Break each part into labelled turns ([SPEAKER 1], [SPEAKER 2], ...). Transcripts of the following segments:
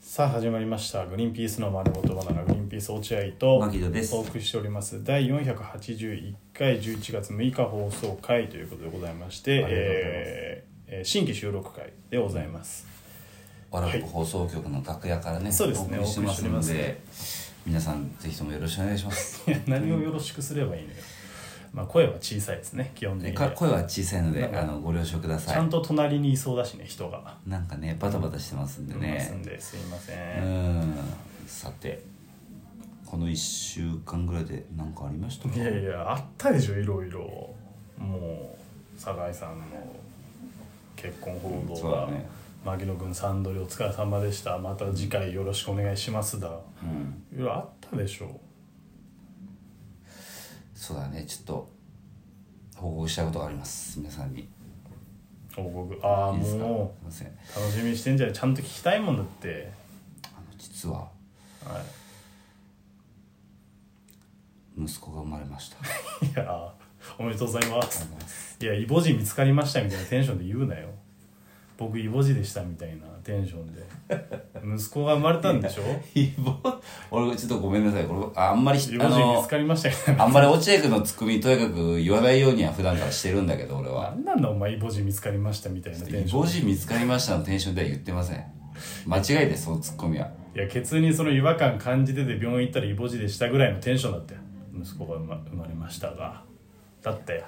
[SPEAKER 1] さあ始まりました「グリーンピースの丸ごとバナナ」グリーンピース落合と
[SPEAKER 2] 牧野です
[SPEAKER 1] お送りしております第481回11月6日放送回ということでございまして
[SPEAKER 2] ありがとうございます
[SPEAKER 1] えーえー新規収録回でございます、
[SPEAKER 2] アラブ放送局の楽屋からね、
[SPEAKER 1] そうですね
[SPEAKER 2] お送りし
[SPEAKER 1] お送
[SPEAKER 2] てます
[SPEAKER 1] り
[SPEAKER 2] の
[SPEAKER 1] して
[SPEAKER 2] で
[SPEAKER 1] ま
[SPEAKER 2] 皆さんぜひともよろしくお願いしま
[SPEAKER 1] い
[SPEAKER 2] す
[SPEAKER 1] や何をよろしくすればいいのよ、まあ、声は小さいですね基本的
[SPEAKER 2] で
[SPEAKER 1] に
[SPEAKER 2] か
[SPEAKER 1] は
[SPEAKER 2] 声は小さいので
[SPEAKER 1] なんか
[SPEAKER 2] あのご了承くだ
[SPEAKER 1] ち
[SPEAKER 2] さ
[SPEAKER 1] ゃん
[SPEAKER 2] い
[SPEAKER 1] と隣にいそうだしね人が
[SPEAKER 2] なんかねバタバタしてますんで
[SPEAKER 1] いますん
[SPEAKER 2] ね
[SPEAKER 1] ですいませ
[SPEAKER 2] うんんさてこの1週間ぐらいで何かありましたか
[SPEAKER 1] いやいやあったでしょいろいろもう酒井さんの結婚報道
[SPEAKER 2] そう
[SPEAKER 1] が、
[SPEAKER 2] だね
[SPEAKER 1] 牧野君サンドリお疲れ様でしたまた次回よろしくお願いしますだ
[SPEAKER 2] うん
[SPEAKER 1] いろいろあったでしょ
[SPEAKER 2] そうだねちょっと報告したいことがあります皆さんに
[SPEAKER 1] 報告ああ
[SPEAKER 2] いいですかすい
[SPEAKER 1] も
[SPEAKER 2] ませんあ
[SPEAKER 1] う楽しみにしてんじゃないちゃんと聞きたいもんだって
[SPEAKER 2] の実は
[SPEAKER 1] は
[SPEAKER 2] 息子が生まれましたあり
[SPEAKER 1] いいやーおめでとうございま
[SPEAKER 2] がと
[SPEAKER 1] す
[SPEAKER 2] うございます
[SPEAKER 1] いやイボ痔見つかりましたみたいなテンションで言うなよ僕イボ痔でしたみたいなテンションで息子が生まれたんで しょ
[SPEAKER 2] イボ 俺ちょっとごめんなさいこれあんまり
[SPEAKER 1] イボ
[SPEAKER 2] あ
[SPEAKER 1] 痔見
[SPEAKER 2] の
[SPEAKER 1] つかりましたみたいな
[SPEAKER 2] あんまり落合君のツッコミとにかく言わないようには普段からしてるんだけど俺は
[SPEAKER 1] なんなんだお前イボ痔見つかりましたみたいな
[SPEAKER 2] イ
[SPEAKER 1] テンション
[SPEAKER 2] ボ痔見つかりましたのテンションでは言ってません間違いですそのツッコミはい
[SPEAKER 1] やケツにその違和感感じてて病院行ったらイボ痔でしたぐらいのテンションだったよ息子が生ま生まれましたがだって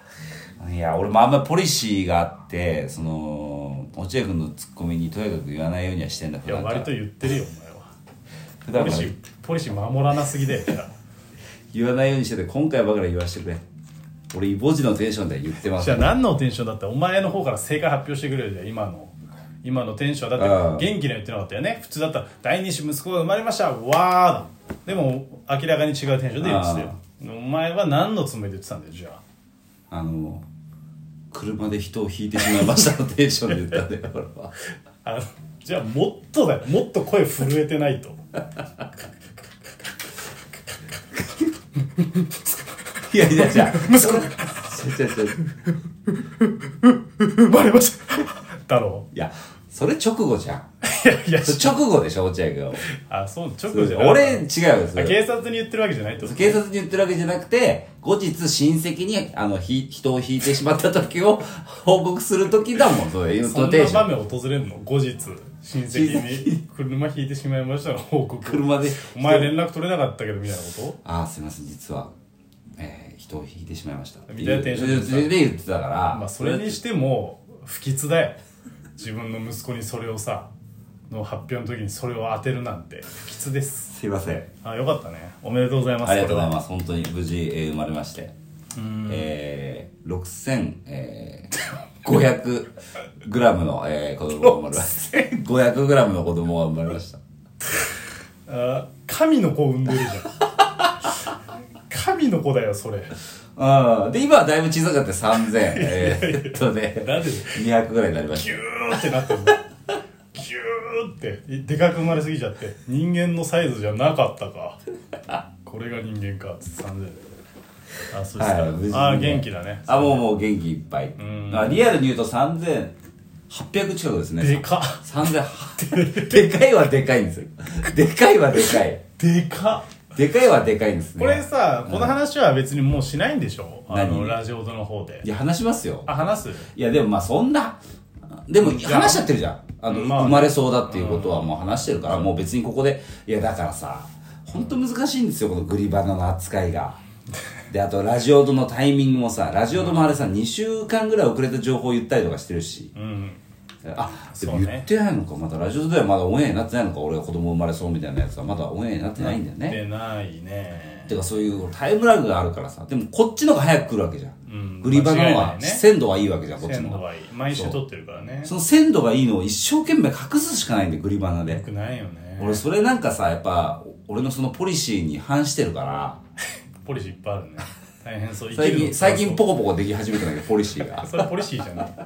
[SPEAKER 2] いや俺もあんまりポリシーがあってその落合君のツッコミにとにかく言わないようにはしてんだ
[SPEAKER 1] い
[SPEAKER 2] 普
[SPEAKER 1] や
[SPEAKER 2] 段か
[SPEAKER 1] 割
[SPEAKER 2] ら
[SPEAKER 1] と言ってるよお前は
[SPEAKER 2] 普
[SPEAKER 1] ポ
[SPEAKER 2] 段
[SPEAKER 1] リ
[SPEAKER 2] か
[SPEAKER 1] シ
[SPEAKER 2] ら
[SPEAKER 1] ーポリシー守らなすぎだよじゃあ
[SPEAKER 2] 言わないようにしてて今回ばかりは言わせてくれ俺イボ痔のテンションでは言ってま
[SPEAKER 1] じ
[SPEAKER 2] せ
[SPEAKER 1] ゃあ
[SPEAKER 2] ん
[SPEAKER 1] 何のテンションだったお前の方から正解発表してくれるじゃん今の今のテンションだ
[SPEAKER 2] あ
[SPEAKER 1] っ
[SPEAKER 2] あ
[SPEAKER 1] て元気な言ってなかったよね普通だったら第二子息子が生まれましたわーだでも明らかに違うテンションで言ってたよお前は何のつもりで言ってたんだよじゃあ
[SPEAKER 2] あの車で人を引いてしまいましたのテンションで言ったんだよ俺は
[SPEAKER 1] あのじゃあもっとだよもっと声震えてないと
[SPEAKER 2] いやいやいや
[SPEAKER 1] 息子
[SPEAKER 2] 違う違う違う
[SPEAKER 1] 生まれましただろ
[SPEAKER 2] いや、それ直後じゃん。
[SPEAKER 1] ういやいや
[SPEAKER 2] それ直後でしょ、落合君は。
[SPEAKER 1] あそう直後じゃない
[SPEAKER 2] 俺、違うよ、そ
[SPEAKER 1] あ
[SPEAKER 2] れ。
[SPEAKER 1] 警察に言ってるわけじゃないってこと
[SPEAKER 2] 警察に言ってるわけじゃなくて、後日親戚に、あの、ひ、人を引いてしまった時を報告する時だもん、それ。そ
[SPEAKER 1] そ
[SPEAKER 2] の
[SPEAKER 1] ん
[SPEAKER 2] テン
[SPEAKER 1] な
[SPEAKER 2] シ
[SPEAKER 1] 場
[SPEAKER 2] ョン。
[SPEAKER 1] 面訪れんの後日親戚に車引いてしまいましたの報告
[SPEAKER 2] 車で。
[SPEAKER 1] お前連絡取れなかったけどみたいなこ
[SPEAKER 2] あー、すいません、実は、えー、人を引いてしまいました。
[SPEAKER 1] みたいなテンションで
[SPEAKER 2] で。でで言ってたから。
[SPEAKER 1] とまあそれにしても不吉だよ自分の息子にそれをさの発表の時にそれを当てるなんて不吉です
[SPEAKER 2] すいません。
[SPEAKER 1] あよかったねおめでとうございます
[SPEAKER 2] ありがとうござい
[SPEAKER 1] こ
[SPEAKER 2] ます。本当に無事、えー生まれまして。えー、6000、えー、500グラムの、えー、子供が生まれました。500グラムの子供が生まれました。
[SPEAKER 1] れはあ神の子を産んでるじゃん神の子だよそれ
[SPEAKER 2] うん。で、今はだいぶ小さかった3000、えー、っとね、
[SPEAKER 1] なんで
[SPEAKER 2] 200ぐらいになりまし
[SPEAKER 1] ギ
[SPEAKER 2] た。
[SPEAKER 1] ューってなってるの ギューってでかく生まれすぎちゃって人間のサイズじゃなかったかこれが人間かっつって30あそうですか、
[SPEAKER 2] はい無事に
[SPEAKER 1] あ元気だね
[SPEAKER 2] あ、もうもう元気いっぱい。
[SPEAKER 1] ん
[SPEAKER 2] あリアルに言うと3800近くですね。
[SPEAKER 1] でかっ
[SPEAKER 2] 3800。でかいはでかいんですよ。でかいはでかい。
[SPEAKER 1] でかっ
[SPEAKER 2] でかいはでかいんですね。
[SPEAKER 1] これさ、この話は別にもうしないんでしょあの
[SPEAKER 2] 何
[SPEAKER 1] ラジオの方で
[SPEAKER 2] いや、話しますよ。
[SPEAKER 1] あ話す
[SPEAKER 2] いやでもまあそんなでも
[SPEAKER 1] や
[SPEAKER 2] 話しちゃってるじゃんあの、
[SPEAKER 1] まあね
[SPEAKER 2] 生まれそうだっていうことはもう話してるから、もう別にここでいやだからさ本当難しいんですよこのグリバナの扱いがであとラジオドのタイミングもさラジオドもあれさ2週間ぐらい遅れた情報を言ったりとかしてるし
[SPEAKER 1] うん
[SPEAKER 2] あで
[SPEAKER 1] そ
[SPEAKER 2] も
[SPEAKER 1] うね
[SPEAKER 2] 言ってないのかまだラジオドではまだオンエアになってないのか俺が子供生まれそうみたいなやつはまだオンエアになってないんだよね
[SPEAKER 1] でないね
[SPEAKER 2] てかそういうタイムラグがあるからさでもこっちの方が早く来るわけじゃん、
[SPEAKER 1] うん
[SPEAKER 2] グリバナ
[SPEAKER 1] 間違い
[SPEAKER 2] の方
[SPEAKER 1] ない
[SPEAKER 2] が
[SPEAKER 1] ね
[SPEAKER 2] 鮮度はいいわけじゃんこっちの
[SPEAKER 1] 鮮
[SPEAKER 2] 方
[SPEAKER 1] 度
[SPEAKER 2] が
[SPEAKER 1] はいい毎週撮ってるからね
[SPEAKER 2] その鮮度がいいのを一生懸命隠すしかないんで、グリバナ
[SPEAKER 1] よ
[SPEAKER 2] で。
[SPEAKER 1] くないよね
[SPEAKER 2] 俺、それなんかさ、やっぱ、俺のそのポリシーに反してるから、
[SPEAKER 1] ポリシーいっぱいあるね大変そう生き
[SPEAKER 2] 最
[SPEAKER 1] るの
[SPEAKER 2] 近、最近ポコポコでき始めたんだけど、ポリシーが。
[SPEAKER 1] それポリシーじゃない。ポ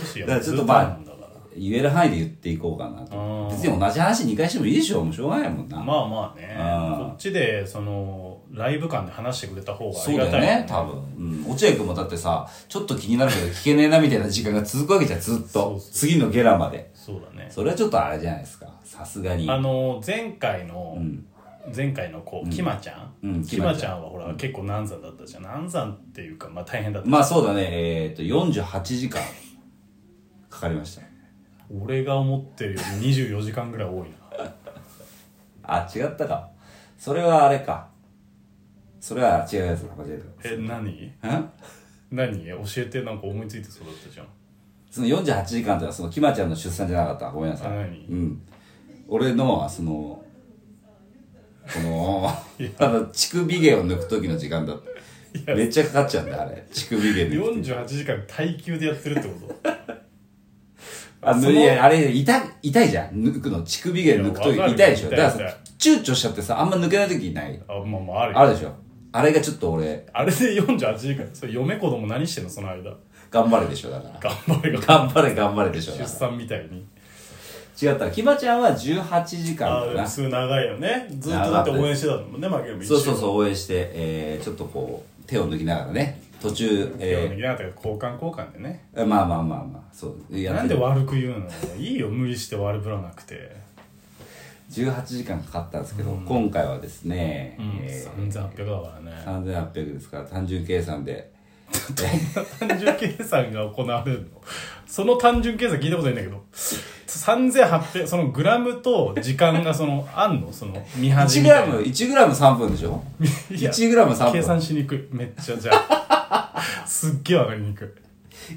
[SPEAKER 1] リシー
[SPEAKER 2] だか
[SPEAKER 1] は
[SPEAKER 2] らちょっ
[SPEAKER 1] ず
[SPEAKER 2] とまあ
[SPEAKER 1] なんだか
[SPEAKER 2] 言える範囲で言っていこうかな
[SPEAKER 1] あ
[SPEAKER 2] と。
[SPEAKER 1] ー
[SPEAKER 2] 別に同じ話2回してもいいでしょ、もうしょうがないもんな。
[SPEAKER 1] ら。まあまあね
[SPEAKER 2] あ。ー
[SPEAKER 1] こっちで、その、ライブ感で話してくれた方があ
[SPEAKER 2] そ
[SPEAKER 1] り
[SPEAKER 2] う
[SPEAKER 1] が
[SPEAKER 2] だ
[SPEAKER 1] たい
[SPEAKER 2] よね、多分。うん。落合君もだってさ、ちょっと気になるけど聞けねえなみたいな時間が続くわけじゃん、ずっ
[SPEAKER 1] そう
[SPEAKER 2] と
[SPEAKER 1] そう。
[SPEAKER 2] 次のゲラまで。
[SPEAKER 1] そうだね
[SPEAKER 2] それはちょっとあれじゃないですか。さすがに。
[SPEAKER 1] あの前回の、
[SPEAKER 2] うん。
[SPEAKER 1] 前回の子キマちゃん、
[SPEAKER 2] うん
[SPEAKER 1] キマちゃんはほら結構難産だったじゃん難産っていうかまあ大変だった、
[SPEAKER 2] まあそうだね、えっ、と、48時間かかりました。
[SPEAKER 1] 俺が思ってるより24時間ぐらい多いな
[SPEAKER 2] あ、違ったか。それはあれか。それは違うやつだ、間違
[SPEAKER 1] え何
[SPEAKER 2] えた。ん
[SPEAKER 1] 何教えてなんか思いついてそうだったじゃん
[SPEAKER 2] その48時間というのは、その、きまちゃんの出産じゃなかった。ごめんなさい。
[SPEAKER 1] あ何
[SPEAKER 2] うん。俺のは、その、この、ただ、乳首毛を抜く時の時間だった。めっちゃかかっちゃうんだ、あれ。乳首毛抜く時。
[SPEAKER 1] 48時間耐久でやってるってこと
[SPEAKER 2] あ、
[SPEAKER 1] その
[SPEAKER 2] ぬいやあれ、痛い、痛いじゃん。抜くの。乳首毛抜く時
[SPEAKER 1] いやわかる
[SPEAKER 2] 痛いでしょ。
[SPEAKER 1] 痛
[SPEAKER 2] だ
[SPEAKER 1] い
[SPEAKER 2] からさ
[SPEAKER 1] 痛い、
[SPEAKER 2] 躊躇しちゃってさ、あんま抜けない時ない。
[SPEAKER 1] あまあまああるよ
[SPEAKER 2] あるでしょ。あれがちょっと俺、
[SPEAKER 1] あれで48時間それ嫁子供何してんのその間
[SPEAKER 2] 頑張れでしょ、だから。
[SPEAKER 1] 頑張れが
[SPEAKER 2] 頑張れ頑張れでしょ
[SPEAKER 1] 出産みたいに
[SPEAKER 2] 違ったキバちゃんは18時
[SPEAKER 1] あ
[SPEAKER 2] 間だ
[SPEAKER 1] あ
[SPEAKER 2] な
[SPEAKER 1] すごい長いよねずっとだって応援してたもんね負けるも一
[SPEAKER 2] そうそう
[SPEAKER 1] う
[SPEAKER 2] そう応援して、えー、ちょっとこう手を抜きながらね途中、
[SPEAKER 1] 手を
[SPEAKER 2] え
[SPEAKER 1] 抜きなかったけど交換交換でね
[SPEAKER 2] ー、まあまあまあまあそうや
[SPEAKER 1] な
[SPEAKER 2] っ
[SPEAKER 1] ん
[SPEAKER 2] て
[SPEAKER 1] で
[SPEAKER 2] る
[SPEAKER 1] 悪く言うのいいよ無理して悪ぶらなくて、
[SPEAKER 2] 18時間かかったんですけど、今回はですね、
[SPEAKER 1] うん
[SPEAKER 2] え
[SPEAKER 1] 3800だからね
[SPEAKER 2] ー、3800ですから単純計算 で
[SPEAKER 1] 単純計算が行われるのその単純計算聞いたことないんだけど3800そのグラムと時間がそのあんのその見始
[SPEAKER 2] 1
[SPEAKER 1] め
[SPEAKER 2] グラム1グラム3分でしょ
[SPEAKER 1] いや
[SPEAKER 2] 1グラム3
[SPEAKER 1] 計算
[SPEAKER 2] 分
[SPEAKER 1] しにくいめっちゃじゃあ すっげえわかりにく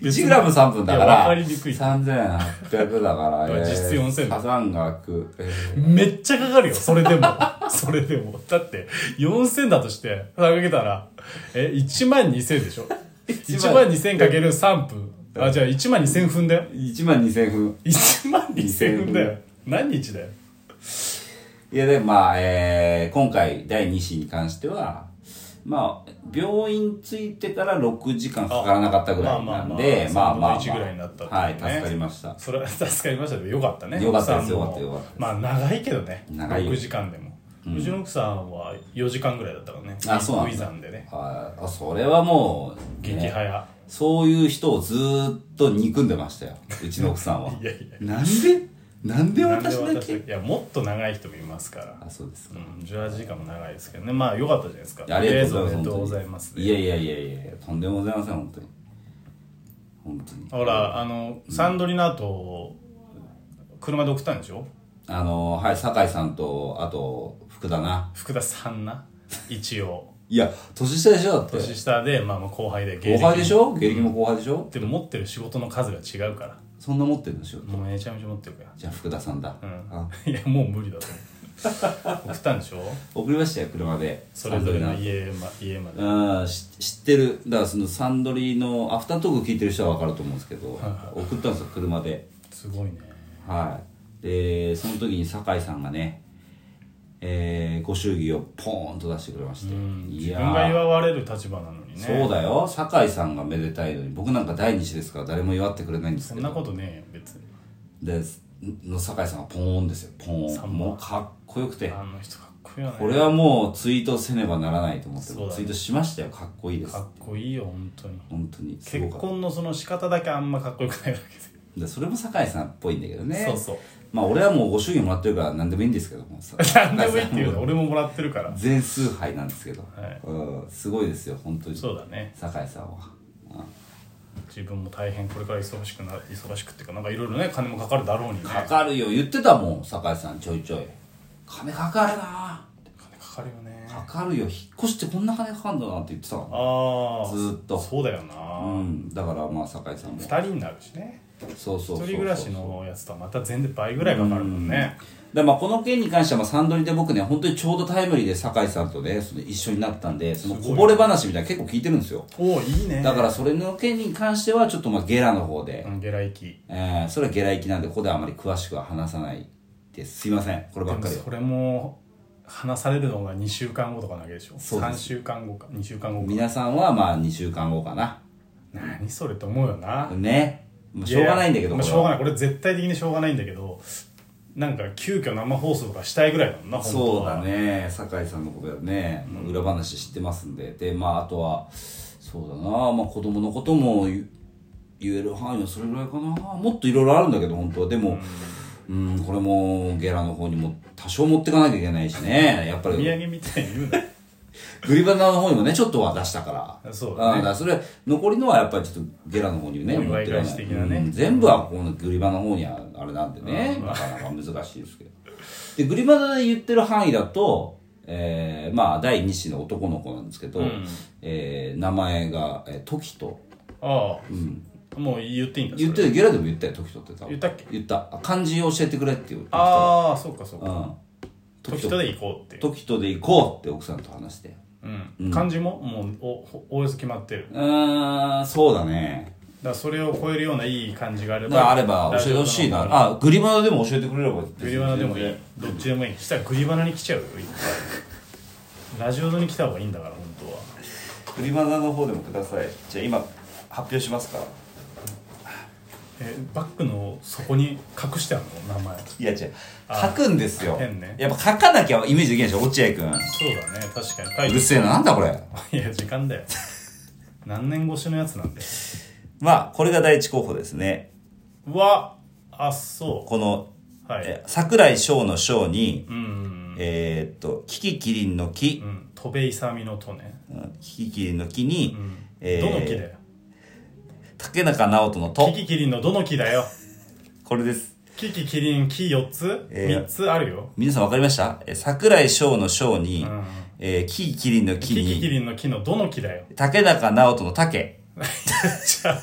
[SPEAKER 1] い
[SPEAKER 2] 1グラム3分だか
[SPEAKER 1] いやわからりにくい
[SPEAKER 2] 3800だから、
[SPEAKER 1] だから 実質4000
[SPEAKER 2] 加算額、えー
[SPEAKER 1] めっちゃかかるよそれでもそれでもだって4000だとしてかけたらえ1万2000でしょ1万2000かける3分あじゃあ1万2000分だよ
[SPEAKER 2] 1万2000分
[SPEAKER 1] 1万2000分だよ何日だよ
[SPEAKER 2] いやでもまあ、えー、今回第2子に関しては、まあ、病院着いてから6時間かからなかったぐらいなんで、
[SPEAKER 1] ま
[SPEAKER 2] ま
[SPEAKER 1] あ
[SPEAKER 2] あ
[SPEAKER 1] ま
[SPEAKER 2] ま
[SPEAKER 1] あ
[SPEAKER 2] あ、
[SPEAKER 1] まあ3分の1ぐらいになったっていうね
[SPEAKER 2] はい、助かりました。
[SPEAKER 1] それは助かりましたけどよかったね
[SPEAKER 2] よかったで
[SPEAKER 1] 奥
[SPEAKER 2] す
[SPEAKER 1] さんも
[SPEAKER 2] よかったよかったです
[SPEAKER 1] まあ長いけどね
[SPEAKER 2] 長いよ
[SPEAKER 1] 6時間でも、うちの奥さんは4時間ぐらいだったからね
[SPEAKER 2] あそうなんだ
[SPEAKER 1] 初産でね
[SPEAKER 2] ああそれはもう、
[SPEAKER 1] 激
[SPEAKER 2] ね、
[SPEAKER 1] 早
[SPEAKER 2] そういう人をずーっと憎んでましたよ、うちの奥さんは。
[SPEAKER 1] いやいや
[SPEAKER 2] なんでなんで
[SPEAKER 1] なんで
[SPEAKER 2] 私だ
[SPEAKER 1] 私
[SPEAKER 2] け
[SPEAKER 1] いやもっと長い人もいますから
[SPEAKER 2] あ、そうです
[SPEAKER 1] う
[SPEAKER 2] か。
[SPEAKER 1] ん、18時間も長いですけどねまあよかったじゃないですか
[SPEAKER 2] ありがとうございます。
[SPEAKER 1] おめでとうござい
[SPEAKER 2] 本当に
[SPEAKER 1] ます
[SPEAKER 2] いやいやいやいや、とんでもございません、本当に。本当に。
[SPEAKER 1] ほらあのサンドリの後車で送ったんでしょ
[SPEAKER 2] あのはい、酒井さんと、あと、福田な。
[SPEAKER 1] 福田さんな一応
[SPEAKER 2] いや、年下でしょだって。
[SPEAKER 1] 年下で、まあ、まあ後輩で芸
[SPEAKER 2] 後
[SPEAKER 1] 歴
[SPEAKER 2] 輩でしょ芸歴も後輩でしょ
[SPEAKER 1] でも持ってる仕事の数が違うから
[SPEAKER 2] そんな持ってるんでしょ
[SPEAKER 1] もうめちゃめちゃ持ってるから
[SPEAKER 2] じゃあ福田さんだ。あ
[SPEAKER 1] うん いやもう無理だと 思う送ったんでしょ
[SPEAKER 2] 送りましたよ、車で。
[SPEAKER 1] それぞれ
[SPEAKER 2] サ
[SPEAKER 1] の
[SPEAKER 2] ンドリ
[SPEAKER 1] 家ま家まで
[SPEAKER 2] なうん、し知ってる。だからそのサンドリーのアフタートーク聞いてる人は分かると思うんですけど、送ったんですよ、車で。
[SPEAKER 1] すごいね
[SPEAKER 2] はい。で、その時に酒井さんがね、えー、ご祝儀をポーンと出してくれまして。
[SPEAKER 1] うん
[SPEAKER 2] い
[SPEAKER 1] 自
[SPEAKER 2] やー
[SPEAKER 1] 分が祝われる立場なのにね
[SPEAKER 2] そうだよ酒井さんがめでたいのに僕なんか第二子ですから誰も祝ってくれないんです
[SPEAKER 1] そ
[SPEAKER 2] け
[SPEAKER 1] んな
[SPEAKER 2] ど
[SPEAKER 1] ことねえよ別に
[SPEAKER 2] での酒井さんがポーンですよポー
[SPEAKER 1] 三
[SPEAKER 2] ン
[SPEAKER 1] 本
[SPEAKER 2] もうかっこよくて
[SPEAKER 1] あの人かっこいいよね
[SPEAKER 2] これはもうツイートせねばならないと思って、
[SPEAKER 1] そうだね
[SPEAKER 2] ツイートしましたよかっこいいです
[SPEAKER 1] かっこいいよ本当に
[SPEAKER 2] 本当にす
[SPEAKER 1] 結
[SPEAKER 2] ごかっ
[SPEAKER 1] 婚のその仕方だけあんまかっこよくないわ
[SPEAKER 2] たでそれも酒井さんっぽいんだけど
[SPEAKER 1] けで
[SPEAKER 2] ね
[SPEAKER 1] そうそう
[SPEAKER 2] まあ俺はもうご祝儀もらってるから何でもいいんですけどもさ
[SPEAKER 1] 何でもいいって言うの俺ももらってるから
[SPEAKER 2] 全数杯なんですけど、
[SPEAKER 1] はい
[SPEAKER 2] うんすごいですよ本当に
[SPEAKER 1] そうだね
[SPEAKER 2] 酒井さんはうん
[SPEAKER 1] 自分も大変これから忙しくな忙しくっていうかなんかいろいろね金もかかるだろうにね
[SPEAKER 2] かかるよ言ってたもん酒井さんちょいちょい金かかるな
[SPEAKER 1] 金かかるよね
[SPEAKER 2] かかるよ引っ越してこんな金かかんだなって言ってたの
[SPEAKER 1] ああ
[SPEAKER 2] ずーっと
[SPEAKER 1] そうだよ
[SPEAKER 2] う
[SPEAKER 1] なん
[SPEAKER 2] だからまあ酒井さんも
[SPEAKER 1] 二人になるしね
[SPEAKER 2] そうそ
[SPEAKER 1] 一
[SPEAKER 2] うそうそう
[SPEAKER 1] 人暮らしのやつとはまた全然倍ぐらいかかるもんね
[SPEAKER 2] でまあこの件に関してはまあサンドリで僕ね本当にちょうどタイムリーで酒井さんとねその一緒になったんでその
[SPEAKER 1] すごい
[SPEAKER 2] こぼれ話みたいなの結構聞いてるんですよ
[SPEAKER 1] おおいいね
[SPEAKER 2] だからそれの件に関してはちょっとまあゲラの方で、
[SPEAKER 1] うんゲラ行き
[SPEAKER 2] えーそれはゲラ行きなんでここではあまり詳しくは話さないですすいませんこれ
[SPEAKER 1] で
[SPEAKER 2] ばっ
[SPEAKER 1] も
[SPEAKER 2] かりは
[SPEAKER 1] それも話されるのが2週間後とかなわけでしょ
[SPEAKER 2] そうです
[SPEAKER 1] 3週間後か2週間後か
[SPEAKER 2] 皆さんはまあ2週間後かな
[SPEAKER 1] 何それって思うよな
[SPEAKER 2] ねもうしょうがないんだけど
[SPEAKER 1] まあ、しょうがないこれ絶対的にしょうがないんだけどなんか急遽生放送とかしたいぐらいだもんな本当
[SPEAKER 2] そう
[SPEAKER 1] は
[SPEAKER 2] だね酒井さんのことやね、裏話知ってますんででまああとはそうだな、まあ、子供のことも言言える範囲はそれぐらいかなもっといろいろあるんだけど本当はでもうんこれもゲラの方にも多少持ってかなきゃいけないしねやっぱ
[SPEAKER 1] お土
[SPEAKER 2] り
[SPEAKER 1] 産みたいに言うな
[SPEAKER 2] グリバナの方にもねちょっとは出した から
[SPEAKER 1] そう
[SPEAKER 2] あ
[SPEAKER 1] だ
[SPEAKER 2] だか
[SPEAKER 1] ね
[SPEAKER 2] らそれ残りのはやっぱりちょっとゲラの方にね
[SPEAKER 1] お祝
[SPEAKER 2] 持っ
[SPEAKER 1] い
[SPEAKER 2] てか
[SPEAKER 1] 返
[SPEAKER 2] な
[SPEAKER 1] し
[SPEAKER 2] い、
[SPEAKER 1] 的なね
[SPEAKER 2] うん全部はこのグリバナの方にはあれなんでね、なかなか難しいですけどでグリバナで言ってる範囲だと、えーまあ第2子の男の子なんですけど、
[SPEAKER 1] うん
[SPEAKER 2] えー名前が、えー、トキト
[SPEAKER 1] ああもう言っていいんだ
[SPEAKER 2] 言っ
[SPEAKER 1] そ
[SPEAKER 2] て
[SPEAKER 1] れ
[SPEAKER 2] るゲラでも言ったよトキトって多分
[SPEAKER 1] 言ったっけ
[SPEAKER 2] 言ったあ漢字を教えてくれって言った
[SPEAKER 1] ああそうかそう
[SPEAKER 2] う
[SPEAKER 1] か
[SPEAKER 2] んトキ
[SPEAKER 1] 時
[SPEAKER 2] ト
[SPEAKER 1] とで行こうっていう
[SPEAKER 2] トキトで行こうって奥さんと話して
[SPEAKER 1] うん漢字ももうおおおよそ決まってるだか
[SPEAKER 2] うーんそうだね
[SPEAKER 1] らそれを超えるようないい漢字があれ
[SPEAKER 2] だから
[SPEAKER 1] ば
[SPEAKER 2] あれば教えてほしいなあグリバナでも教えてくれれば
[SPEAKER 1] グリバナでもいいどっちでもいいしたらグリバナに来ちゃうよいっ ぱいラジオドに来た方がいいんだから本当は
[SPEAKER 2] グリバナの方でもくださいじゃあ今発表しますか
[SPEAKER 1] えバッグの底に隠してあるの名前
[SPEAKER 2] いや違う書くんですよ
[SPEAKER 1] 変ね
[SPEAKER 2] やっぱ書かなきゃイメージできないでしょ落合君
[SPEAKER 1] そうだね確かに書いうて
[SPEAKER 2] るせえななんだこれ
[SPEAKER 1] いや時間だよ何年越しのやつなんで
[SPEAKER 2] まあこれが第一候補ですね
[SPEAKER 1] うわあそ
[SPEAKER 2] この、
[SPEAKER 1] うはい
[SPEAKER 2] え桜井翔の翔に、
[SPEAKER 1] うん
[SPEAKER 2] えーっとキキキリンの木
[SPEAKER 1] う、ん戸辺勇のとね、
[SPEAKER 2] うんキキキリンの木に、
[SPEAKER 1] うん
[SPEAKER 2] えー
[SPEAKER 1] どの木だよ
[SPEAKER 2] 竹中直人の
[SPEAKER 1] キ
[SPEAKER 2] と
[SPEAKER 1] キキリンのどの木だよ
[SPEAKER 2] これです
[SPEAKER 1] キキキリン木4つ、
[SPEAKER 2] えー
[SPEAKER 1] 三3つあるよ
[SPEAKER 2] 皆さんわかりましたえ桜井翔の翔に、
[SPEAKER 1] うん
[SPEAKER 2] えーキキキリンの木
[SPEAKER 1] キキキ
[SPEAKER 2] に
[SPEAKER 1] リンの木のどの木だよ
[SPEAKER 2] 竹中直人の竹
[SPEAKER 1] じゃあ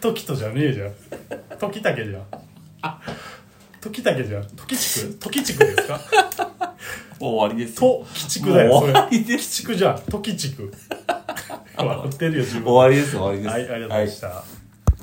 [SPEAKER 1] 時とじゃねえじゃん時だけじゃん時だけじゃん時地区時地区ですか
[SPEAKER 2] もう終わりですよ
[SPEAKER 1] と鬼畜だよ
[SPEAKER 2] もう
[SPEAKER 1] それ
[SPEAKER 2] 終わりで
[SPEAKER 1] 鬼畜じゃん時地区笑ってるよ自分
[SPEAKER 2] 終わりです終わりです
[SPEAKER 1] はいありがとうございました、